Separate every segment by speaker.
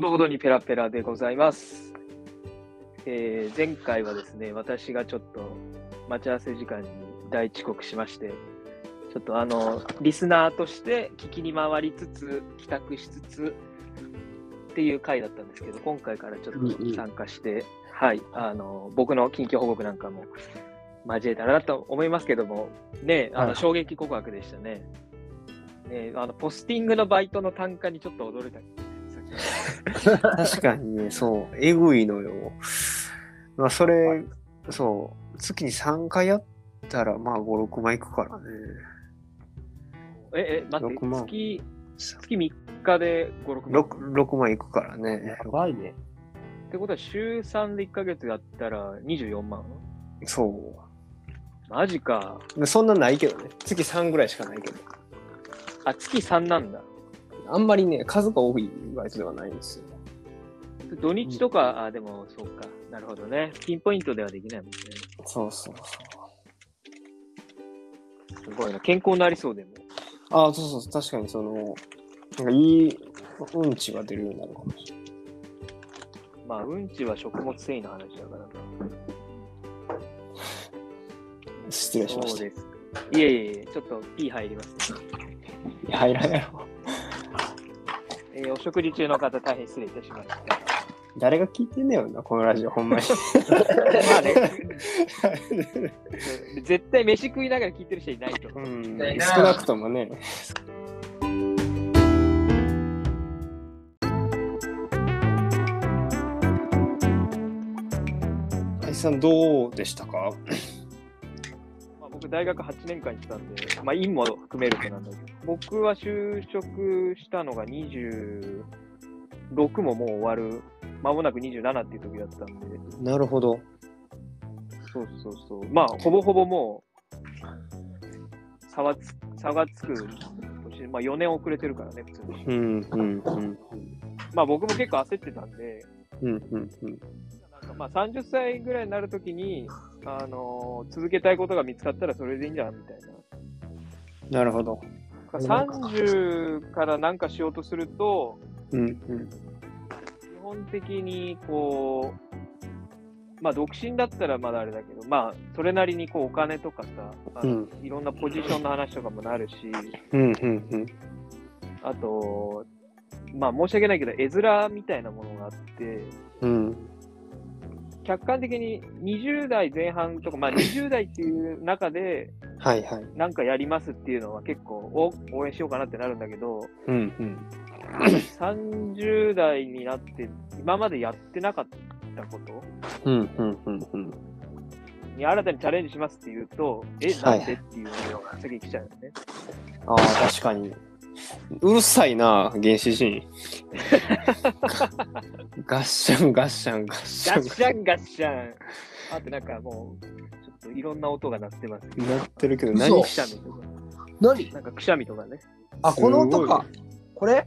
Speaker 1: どほどにペラペラでございます。えー前回はですね、私がちょっと待ち合わせ時間に大遅刻しまして、ちょっとあの、リスナーとして聞きに回りつつ、帰宅しつつっていう回だったんですけど、今回からちょっ
Speaker 2: うんうん
Speaker 1: と参加して、はい、あの、僕の近況報告なんかも交えたらなと思いますけども、ね、あ
Speaker 2: は
Speaker 1: の
Speaker 2: い
Speaker 1: 衝撃告白でしたね。ねあのポスティングのバイトの単価にちょっと驚いた。
Speaker 2: 確かにね、そう、えぐいのよ。まあ、それ、そう、月に3回やったら、まあ、5、6万いくからね。
Speaker 1: え、え、待って、
Speaker 2: 6万
Speaker 1: 月、月3日で5、6万。
Speaker 2: 6, 6万いくからね
Speaker 3: や。ばいね。
Speaker 1: ってことは、週3で1ヶ月やったら24万
Speaker 2: そ
Speaker 1: マジか。
Speaker 2: うで。そんなないけどね。月3ぐらいしかないけど。
Speaker 1: あ、月3なんだ。
Speaker 2: あんまりね、数が多いバイトではないんですよ。
Speaker 1: 土日とか、あ、でも、そうか。なるほどね。ピンポイントではできないもんね。
Speaker 2: そうそうそう。
Speaker 1: すごいな。健康になりそうでも。
Speaker 2: ああ、そうそうそう、確かにその、なんかいいうんちが出るようになるかもしれない。
Speaker 1: まあ、うんちは食物繊維の話だからな。
Speaker 2: 失礼しま
Speaker 1: そう
Speaker 2: した。
Speaker 1: です。いえいえいえ、ちょっと P 入ります、ね。
Speaker 2: いや、入らんやろ。
Speaker 1: えーお食事中の方、大変失礼いたしました。
Speaker 2: 誰が聞いてんねやろな、このラジオ、ほん まに。
Speaker 1: まあ ね、絶対飯食いながら聞いてる人いないと。
Speaker 2: うん
Speaker 3: だよな
Speaker 2: 少なくともね。林さんどうでしたか？
Speaker 1: まあ、僕、大学8年間行ってたんで、まあ、院も含めるとなんだけど、僕は就職したのが26ももう終わる、間もなく27っていう時だったんで、
Speaker 2: なるほど。
Speaker 1: そうそうそう、まあ、ほぼほぼもう、差はつ差がつく年、まあ、4年遅れてるからね、普通に。
Speaker 2: うんうんうん
Speaker 1: まあ、僕も結構焦ってたんで、
Speaker 2: うんうんうん。
Speaker 1: なんかまあ30歳ぐらいになるときに、あのー続けたいことが見つかったらそれでいいんじゃんみたいな。
Speaker 2: なるほど。
Speaker 1: 30からなんかしようとすると、
Speaker 2: うんうん。
Speaker 1: 基本的にこう、まあ、独身だったらまだあれだけど、まあ、それなりにこうお金とかさ、あのいろんなポジションの話とかもなるし、
Speaker 2: うんうんうん。
Speaker 1: あと、まあ、申し訳ないけど、絵面みたいなものがあって、
Speaker 2: うん
Speaker 1: 客観的に20代前半とか、まあ、20代っていう中で、
Speaker 2: はいはい。
Speaker 1: なんかやりますっていうのは結構お応援しようかなってなるんだけど、
Speaker 2: うんうん。
Speaker 1: 30代になって、今までやってなかったこと
Speaker 2: うんうんうんうん。
Speaker 1: に新たにチャレンジしますって言うと、え、な
Speaker 2: は
Speaker 1: いんでっていうのが先に来ちゃうよね。
Speaker 2: ああ確かに。うるさいな原始 人。ガッシャンガッシャンガッシャ
Speaker 1: ガ
Speaker 2: ン。
Speaker 1: ッシャンガッシャン。あとなんかもう、ちょっといろんな音が鳴ってます。
Speaker 2: なってるけど、
Speaker 3: 嘘
Speaker 2: 何
Speaker 1: くしゃみとか。
Speaker 3: 何
Speaker 1: なんかくしゃみとかね。
Speaker 3: あ、この音か。これ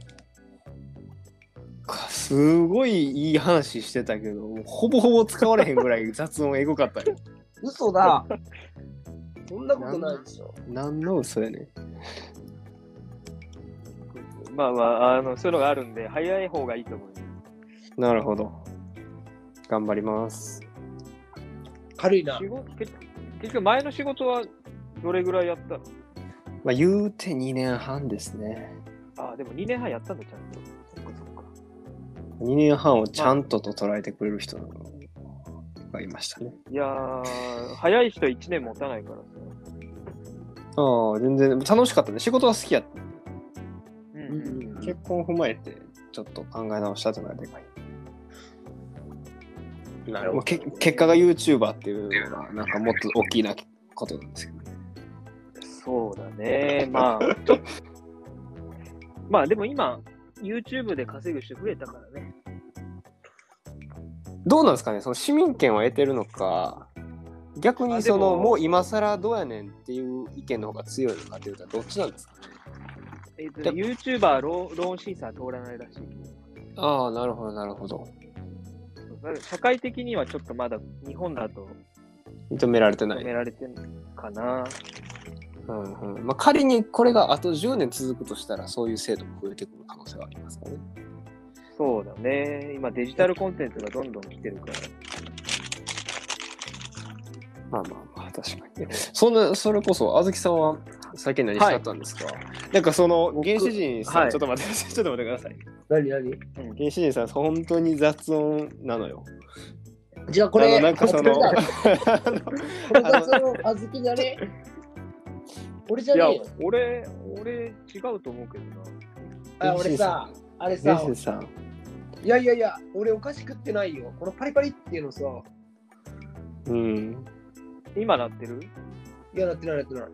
Speaker 2: か、すごいいい話してたけど、もうほぼほぼ使われへんぐらい雑音エゴかったよ。
Speaker 3: 嘘だ。そんなことないでしょ。
Speaker 2: 何の嘘やねん。
Speaker 1: まあまあ、あのそういうのがあるんで、早い方がいいと思います。
Speaker 2: なるほど。頑張ります。
Speaker 3: 軽いな
Speaker 1: 仕。事結結局、前の仕事はどれぐらいやったの
Speaker 2: まあ、言うて2年半ですね。
Speaker 1: ああ、でも2年半やったんだ、ちゃんと。そっかそっか。
Speaker 2: 2年半をちゃんとと捉えてくれる人がいましたね。
Speaker 1: いやー、早い人1年持たないからさ。
Speaker 2: ああ、全然楽しかったね。仕事は好きやった。
Speaker 1: うん
Speaker 3: うんうん
Speaker 2: 結婚を踏まえて、ちょっと考え直したというのがでかい。
Speaker 3: な
Speaker 2: まあ、け結果が YouTuber っていうのが、なんかもっと大きなことなんですけどね。
Speaker 1: そうだね。まあ、ちょっとまあでも今、YouTube で稼ぐ人増えたからね。
Speaker 2: どうなんですかねその市民権を得てるのか逆
Speaker 1: あ
Speaker 2: に
Speaker 1: でも
Speaker 2: そのもう今更どうやねんっていう意見の方が強いのかというとどっちなんですか
Speaker 1: えっ、
Speaker 2: で
Speaker 1: と、YouTuber ローローン審査は通らないらしい。
Speaker 2: ああなるほどなるほど
Speaker 1: だから社会的にはちょっとまだ日本だと
Speaker 2: 認められてな
Speaker 1: 認
Speaker 2: い、
Speaker 1: められてるかな。
Speaker 2: うんうんまあ、仮にこれがあと10年続くとしたらそういう制度も増えてくる可能性はありますかね
Speaker 1: そうだね。今デジタルコンテンツがどんどん来てるから。
Speaker 2: まあまあまあ、確かに。そんな、それこそ、あずきさんは最近何しちゃったんですか、なんかその、原始人さん、
Speaker 1: はい
Speaker 2: ちょっと待ってくだ さい、ちょっと待ってください。
Speaker 3: 何何
Speaker 2: 原始人さん、本当に雑音なのよ。
Speaker 3: じゃあこれ、
Speaker 2: あのなんかその、
Speaker 3: あ
Speaker 2: あの
Speaker 3: これがその、あずきじゃね俺じゃ
Speaker 1: いや
Speaker 3: ねえよ。、
Speaker 1: 俺、俺、違うと思うけどな。
Speaker 3: あ、俺さ、あれ
Speaker 2: 原
Speaker 3: さ
Speaker 2: 始、人さん、
Speaker 3: いやいやいや、俺お菓子食ってないよ。このパリパリっていうのさ、
Speaker 2: うん。
Speaker 1: 今なってる
Speaker 3: いや、なってないなってない。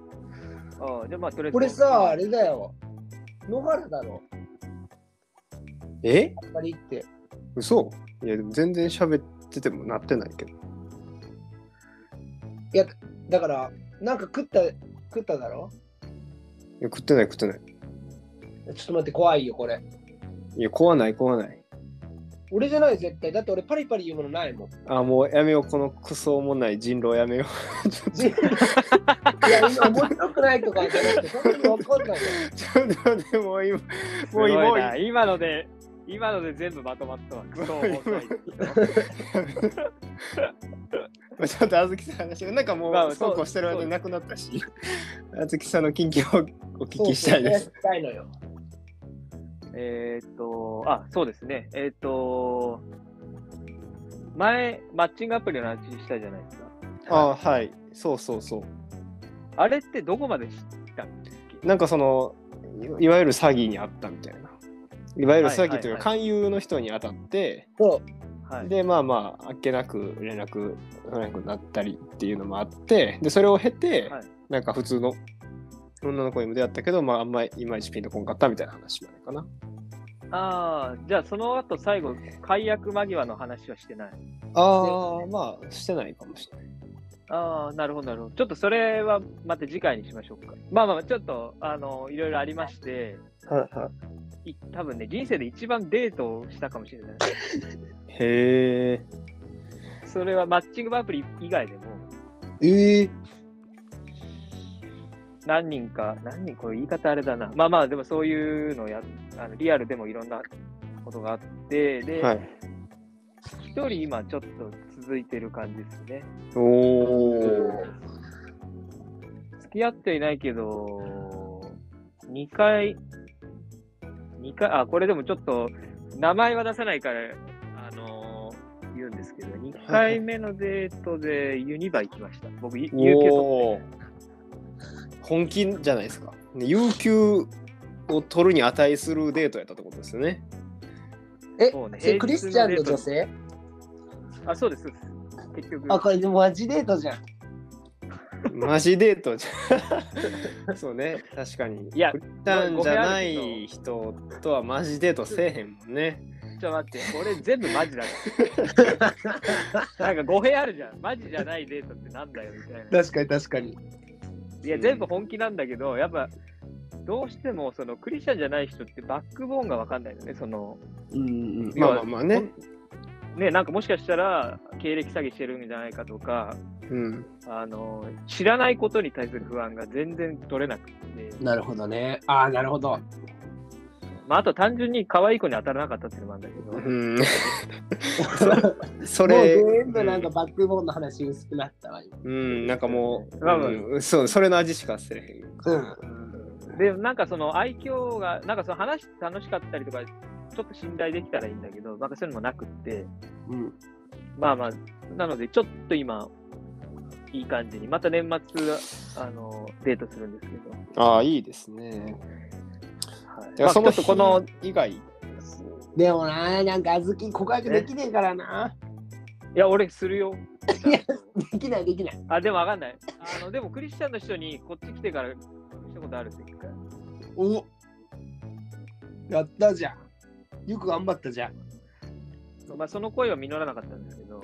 Speaker 1: ああ、じゃあまあ、とりあえず。
Speaker 3: これさ、あれだよ。野原だろ、
Speaker 2: え
Speaker 3: パリパリって。
Speaker 2: 嘘いや、でも全然喋っててもなってないけど。
Speaker 3: だから、なんか食った、食っただろ
Speaker 2: いや、食ってない食ってない。
Speaker 3: ちょっと待って、怖いよ、これ。
Speaker 2: いや、食わない食わない。
Speaker 3: 俺じゃない、絶対。だって俺パリパリ言うものない もん。
Speaker 2: あ、もうやめよう、このクソもない人狼やめよう。ちょっと
Speaker 3: いや、今面白くないとかじゃなくて、そんなの分かんないよ。
Speaker 2: ちょっと待って、もう今、
Speaker 1: す
Speaker 2: も
Speaker 1: ご
Speaker 2: う
Speaker 1: い
Speaker 2: 今、
Speaker 1: な。今ので、今ので全部まとまったわ。クソ重たい。
Speaker 2: ちょっとあずきさんの話が、なんかも
Speaker 1: まあ
Speaker 2: う、そうこうしてる間
Speaker 1: そう
Speaker 2: になくなったし、 あずきさんの近況をお聞きしたいで
Speaker 3: そ
Speaker 2: す。
Speaker 3: うそうしたいのよ。
Speaker 1: えーっと、あ、そうですね。えーっと、前、マッチングアプリの話したじゃないですか。
Speaker 2: あはい。そうそうそ
Speaker 1: あれってどこまで知ったの
Speaker 2: う。なんかその、いいわゆる詐欺にあったみたいな。いわゆる詐欺というか、
Speaker 1: は
Speaker 2: 勧誘の人に当たって、
Speaker 3: そう、
Speaker 1: はい。
Speaker 2: で、まあまあ、あっけなく連絡取れなくなったりっていうのもあって、で、それを経て、
Speaker 1: はい
Speaker 2: なんか普通の女の子にも出会ったけど、まあ、あんまりいまいちピンとこんかったみたいな話もあるかな。
Speaker 1: ああ、じゃあその後最後、解約間際の話はしてない。
Speaker 2: ああ、まあ、してないかもしれない。
Speaker 1: ああ、なるほど、なるほど。ちょっとそれはまた次回にしましょうか。まあまあ、ちょっと、あの、いろいろありまして、
Speaker 2: はいはい
Speaker 1: 多分ね、人生で一番デートをしたかもしれない。
Speaker 2: い。へえ。
Speaker 1: それはマッチングアプリ以外でも、
Speaker 2: ええ
Speaker 1: 何人か、何人、これ言い方あれだな。まあまあ、でもそういうのや、あのリアルでもいろんなことがあって、で、一、
Speaker 2: はい。
Speaker 1: 人今ちょっと続いてる感じですね。
Speaker 2: おお。
Speaker 1: 付き合っていないけど、2回、2回、あ、これでもちょっと、名前は出さないから、あのー言うんですけど、2回目のデートでユニバ行きました。僕、ゆ有給取
Speaker 2: おー本気じゃないですか。ね有給を取るに値するデートやったってことですよね。
Speaker 3: え、
Speaker 1: そうね
Speaker 3: それクリスチャンの女性
Speaker 1: あ、そうです、そうです。結局、
Speaker 3: あ、これでもマジデートじゃん。
Speaker 2: マジデート じゃそうね、確かに。
Speaker 1: いや
Speaker 2: クリスチャンじゃない人とはマジデートせえへんもんね。
Speaker 1: ちょっと待って、俺全部マ ジだから。なんか語弊あるじゃん。マジじゃないデートってなんだよ、みたいな。
Speaker 3: 確かに確かに。
Speaker 1: いや、全部本気なんだけど、やっぱ、どうしても、その、クリスチャンじゃない人ってバックボーンがわかんないよね、その、
Speaker 3: うん
Speaker 2: まあまあまあね。
Speaker 1: ね、なんかもしかしたら経歴詐欺してるんじゃないかとか、
Speaker 2: うん。
Speaker 1: あの知らないことに対する不安が全然取れなくて、
Speaker 3: なるほどね。ああ、なるほど。
Speaker 1: まあ、あと単純に可愛い子に当たらなかったっていうのもあるんだけど、
Speaker 2: うん。
Speaker 3: こ
Speaker 2: それ。
Speaker 3: もう全部なんかバックボーンの話薄くなったわ、今。
Speaker 2: うん、なんかもう、
Speaker 1: まあまあ
Speaker 2: うんそう、それの味しかせえ
Speaker 3: うん。
Speaker 1: でなんかその愛嬌が、なんかその話楽しかったりとか、ちょっと信頼できたらいいんだけど、なんかそういうのもなくって、
Speaker 3: うん、
Speaker 1: まあまあ、なのでちょっと今、いい感じに、また年末、あのデートするんですけど、
Speaker 2: へん。ああ、いいですね。
Speaker 1: はい
Speaker 2: てか
Speaker 1: まあ、ち
Speaker 2: そ
Speaker 1: ょ
Speaker 2: の
Speaker 1: っとこ の、
Speaker 2: 以外。
Speaker 3: でもな、なんか小豆告白できねえからな。
Speaker 1: いや、俺するよ。
Speaker 3: いやできないできない。
Speaker 1: あ、でもわかんない。あの、でもクリスチャンの人にこっち来てからしたことあるって一回。
Speaker 3: おやったじゃん。よく頑張ったじゃん。
Speaker 1: そうまあ、その声は実らなかったんですけど、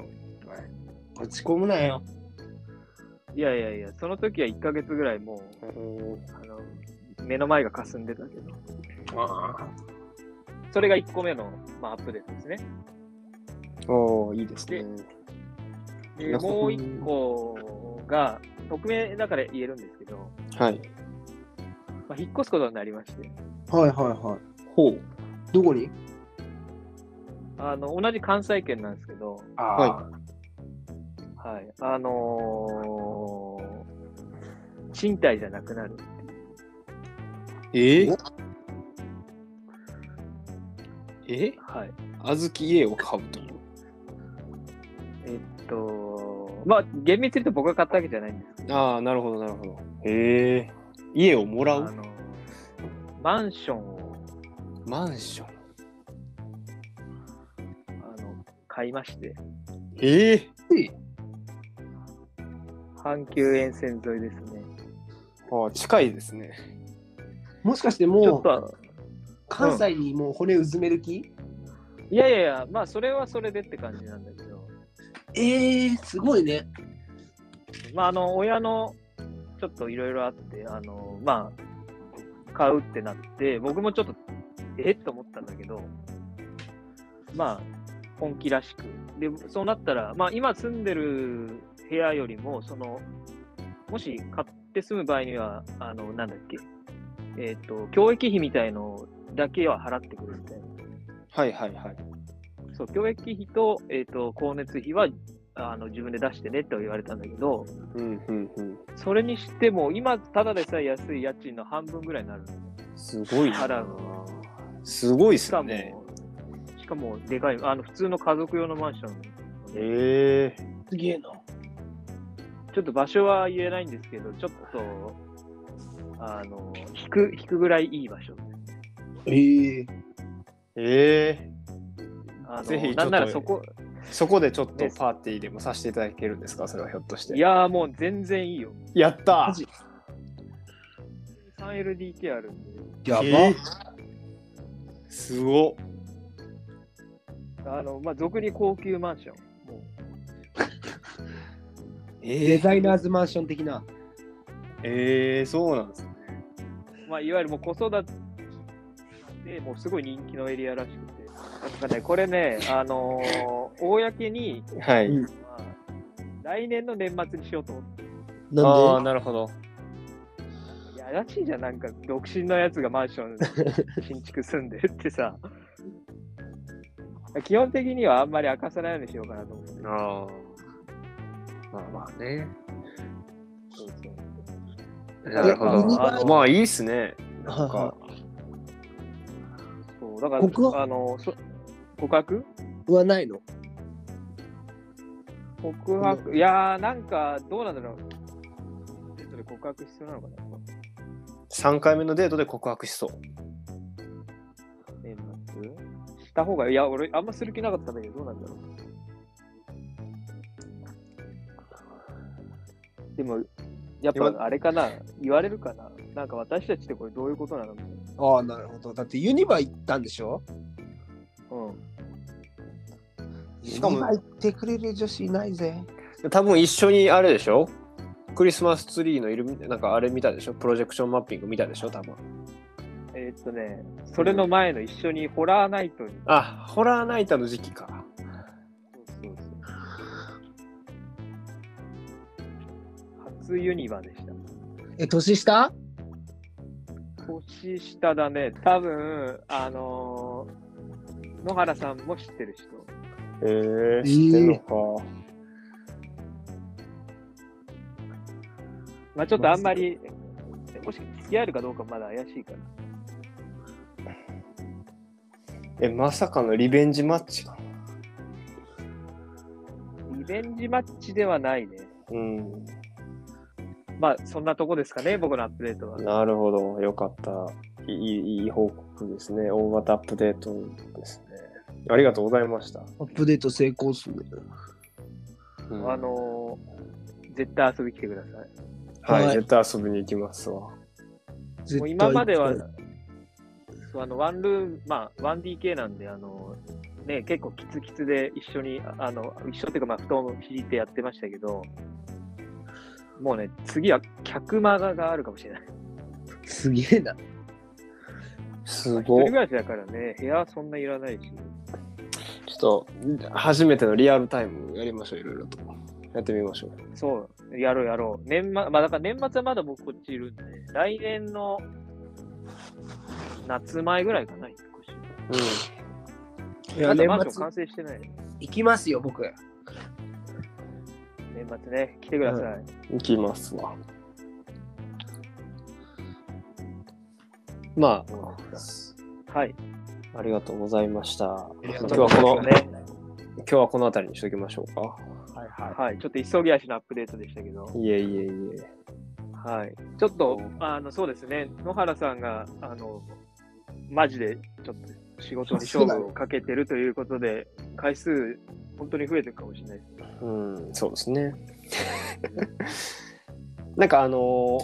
Speaker 3: 落ち込むなよ。
Speaker 1: いやいやいや、その時は1ヶ月ぐらいもう、あの、目の前が霞んでたけど、それが1個目の、まあ、アップデートですね。
Speaker 2: おお、いいですね。
Speaker 1: で、もう1個が、匿名だから言えるんですけど、
Speaker 2: はい。
Speaker 1: まあ、引っ越すことになりまして、
Speaker 3: はいはいはい。
Speaker 2: ほう。
Speaker 3: どこに
Speaker 1: あの、同じ関西圏なんですけど、
Speaker 3: あ
Speaker 2: は
Speaker 1: はい。あのー賃貸じゃなくなる。
Speaker 2: ええ
Speaker 1: はい。
Speaker 2: あずき家を買うと
Speaker 1: えっと、まあ、厳密に言うと僕が買ったわけじゃないんですけど、
Speaker 2: ああ、なるほど、なるほど。へえ。家をもら
Speaker 1: あ
Speaker 2: う
Speaker 1: の、マンションを
Speaker 2: マンション。
Speaker 1: あの買いまして、
Speaker 2: ええ
Speaker 1: 阪急沿線沿いですね。
Speaker 2: ああ、近いですね。
Speaker 3: もしかして
Speaker 1: ちょ
Speaker 3: も
Speaker 1: っ
Speaker 3: う
Speaker 1: と、
Speaker 3: 関西にもう骨うずめる気、
Speaker 1: いやいやいや、まあ、それはそれでって感じなんだけど、
Speaker 3: ええー、すごいね。
Speaker 1: まあ、あの、親の、ちょっといろいろあって、あの、まあ、買うってなって、僕もちょっと、えっと思ったんだけど、まあ、本気らしく。で、そうなったら、まあ、今住んでる部屋よりも、その、もし買って住む場合には、あの、なんだっけ、えっ、と、教育費みたいのだけは払ってくるみたいな。
Speaker 2: はいはいはい。
Speaker 1: そう、教育費と、えっ、と、光熱費は、あの、自分で出してねって言われたんだけど、
Speaker 2: うんうんうん。
Speaker 1: それにしても、今、ただでさえ安い家賃の半分ぐらいになる。
Speaker 2: すごいな
Speaker 1: 払うのは。
Speaker 2: すごいっ
Speaker 1: し
Speaker 2: す
Speaker 1: かも、
Speaker 2: ね。
Speaker 1: しかも、でかい、あの、普通の家族用のマンションで、
Speaker 2: ええ。
Speaker 3: すげえな。
Speaker 1: ちょっと場所は言えないんですけど、ちょっと、あの、引く、引くぐらいいい場所。
Speaker 3: ええ
Speaker 2: ええ。
Speaker 1: あの
Speaker 2: ぜひちょっと
Speaker 1: なんならそこ、
Speaker 2: そこでちょっと
Speaker 1: です
Speaker 2: パーティーでもさせていただけるんですかそれはひょっとして。
Speaker 1: いやーもう全然いいよ。
Speaker 2: やった
Speaker 3: マジ
Speaker 1: 3LDK あるんで、
Speaker 3: やば、
Speaker 2: えーすごっ
Speaker 1: あの、まあ、俗に高級マンション。もう
Speaker 2: え
Speaker 3: デ
Speaker 2: ー
Speaker 3: ザイナーズマンション的な。
Speaker 2: えー、そうなんですね。
Speaker 1: まあ、いわゆるもう子育てでもうすごい人気のエリアらしくて、なんかね、これね、あのー公に、
Speaker 2: は
Speaker 3: うん
Speaker 1: まあ、来年の年末にしようと思って、
Speaker 2: あ
Speaker 3: ん
Speaker 2: あ、
Speaker 3: で
Speaker 2: なるほど。
Speaker 1: いやらしいじゃん、なんか独身のやつがマンショ ン新築住んでるってさ、基本的にはあんまり明かさないようにしようかなと思って。
Speaker 2: ああ。まあまあね。
Speaker 1: そうそう
Speaker 2: なるほど。
Speaker 1: あ
Speaker 2: あ
Speaker 1: の
Speaker 2: まあいいっすね。なん
Speaker 3: はい
Speaker 2: か
Speaker 3: は。
Speaker 1: そうだから、
Speaker 3: 告白
Speaker 1: あのそ告白
Speaker 3: はないの
Speaker 1: 告白、いやー、なんかどうなんだろう。デートで告白必要なのかな
Speaker 2: 3回目のデートで告白しそう。
Speaker 1: 年末した方がいい。いや、俺、あんまする気なかったんだけど、どうなんだろう。でも、やっ
Speaker 2: 今
Speaker 1: ぱあれかな、言われるかな。なんか私たちってこれどういうことなのみたいな
Speaker 3: ああ、なるほど。だってユニバ行ったんでしょ
Speaker 1: うん。
Speaker 2: しかも
Speaker 3: ユニバ行ってくれる女子いないぜ。
Speaker 2: 多分一緒にあれでしょクリスマスツリーのいるなんかあれ見たでしょプロジェクションマッピング見たでしょ多分
Speaker 1: えーっとね、それの前の一緒にホラーナイトに。
Speaker 2: あホラーナイターの時期か
Speaker 1: そうそうそう。初ユニバでした。
Speaker 3: え、年下
Speaker 1: 年下だね。多分、あのー野原さんも知ってる人。
Speaker 2: えー、
Speaker 3: 知ってんの
Speaker 2: か、
Speaker 1: まあちょっとあんまり、もし付き合えるかどうかまだ怪しいから。
Speaker 2: えまさかのリベンジマッチか
Speaker 1: リベンジマッチではないね。
Speaker 2: うん
Speaker 1: まあそんなとこですかね、僕のアップデートは。
Speaker 2: なるほどよかったいいいい報告ですね大型アップデートですねありがとうございました、
Speaker 3: アップデート成功するね。
Speaker 1: あのー絶対遊び来てください。
Speaker 2: はい、
Speaker 3: はい
Speaker 2: 絶対遊びに行きますわ
Speaker 3: 絶
Speaker 1: もう
Speaker 3: 対
Speaker 1: 今までは
Speaker 3: 行きたい、
Speaker 1: そうあのワンルーム、まあ 1DK なんで、あのーね、結構キツキツで一緒に、ああの、一緒っていうか、まあ、布団を敷いてやってましたけど、もうね、次は客間があるかもしれない。
Speaker 3: すげえな。
Speaker 2: す
Speaker 1: 一人
Speaker 2: ごい
Speaker 1: 暮らしだからね、部屋はそんないらないし。
Speaker 2: ちょっと初めてのリアルタイムやりましょういろいろとやってみましょう
Speaker 1: そう、やろうやろう。年末、まあだから年末はまだ僕こっちいるんで、来年の夏前ぐらいかな、引っ越し。
Speaker 2: うん
Speaker 3: い
Speaker 1: まだ
Speaker 3: や、年
Speaker 1: マンション
Speaker 3: 末
Speaker 1: 完成してない。
Speaker 3: 行きますよ、僕。
Speaker 1: 年末ね、来てください。
Speaker 2: 行きますわ。ま
Speaker 1: はい。
Speaker 2: あ、ありがとうございました。
Speaker 3: ありが
Speaker 2: 今
Speaker 3: と
Speaker 2: 日
Speaker 3: うご
Speaker 2: は
Speaker 3: ざい
Speaker 2: こ
Speaker 3: ま
Speaker 2: の、
Speaker 3: す
Speaker 1: ね
Speaker 2: 今日はこの辺りにしときましょうか。
Speaker 3: はいは
Speaker 1: はい。ちょっと急ぎ足のアップデートでしたけど。
Speaker 2: いえいえいえ。
Speaker 1: はい。ちょっと、あの、そうですね。野原さんが、あの、マジで、ちょっと仕事に勝負をかけてるということで、回数、本当に増えてるかもしれないです。
Speaker 2: うん、そうですね。 なんかあのー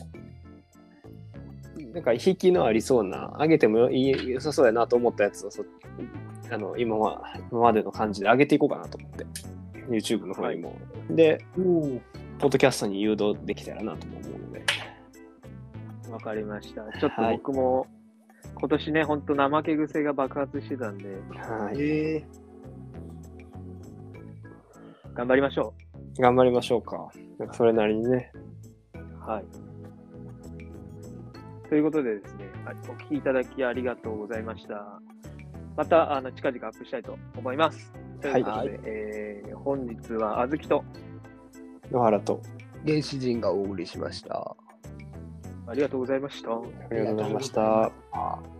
Speaker 2: なんか引きのありそうな、上げてもよいい良さそうやなと思ったやつをそあの今は今までの感じで上げていこうかなと思って、YouTube の方にも。で、
Speaker 3: い。うん。
Speaker 2: ポッドキャストに誘導できたらなとも思うので。
Speaker 1: わかりました。ちょっと
Speaker 2: はい
Speaker 1: 僕も、今年ね、本当怠け癖が爆発してたんで、
Speaker 2: はい、
Speaker 3: ええ
Speaker 1: 頑張りましょ
Speaker 2: 頑張りましょうか。なんかそれなりにね。
Speaker 1: う。はい。ということでですね、あお聞きいただきありがとうございました。また、あの、近々アップしたいと思います。ということで、
Speaker 2: は
Speaker 1: えー本日はあずきと、
Speaker 2: 野原と、
Speaker 3: 原始人がお送りしました。
Speaker 1: ありがとうございました。
Speaker 2: ありがとうございまし
Speaker 3: ありがとうございま
Speaker 2: た
Speaker 3: し。た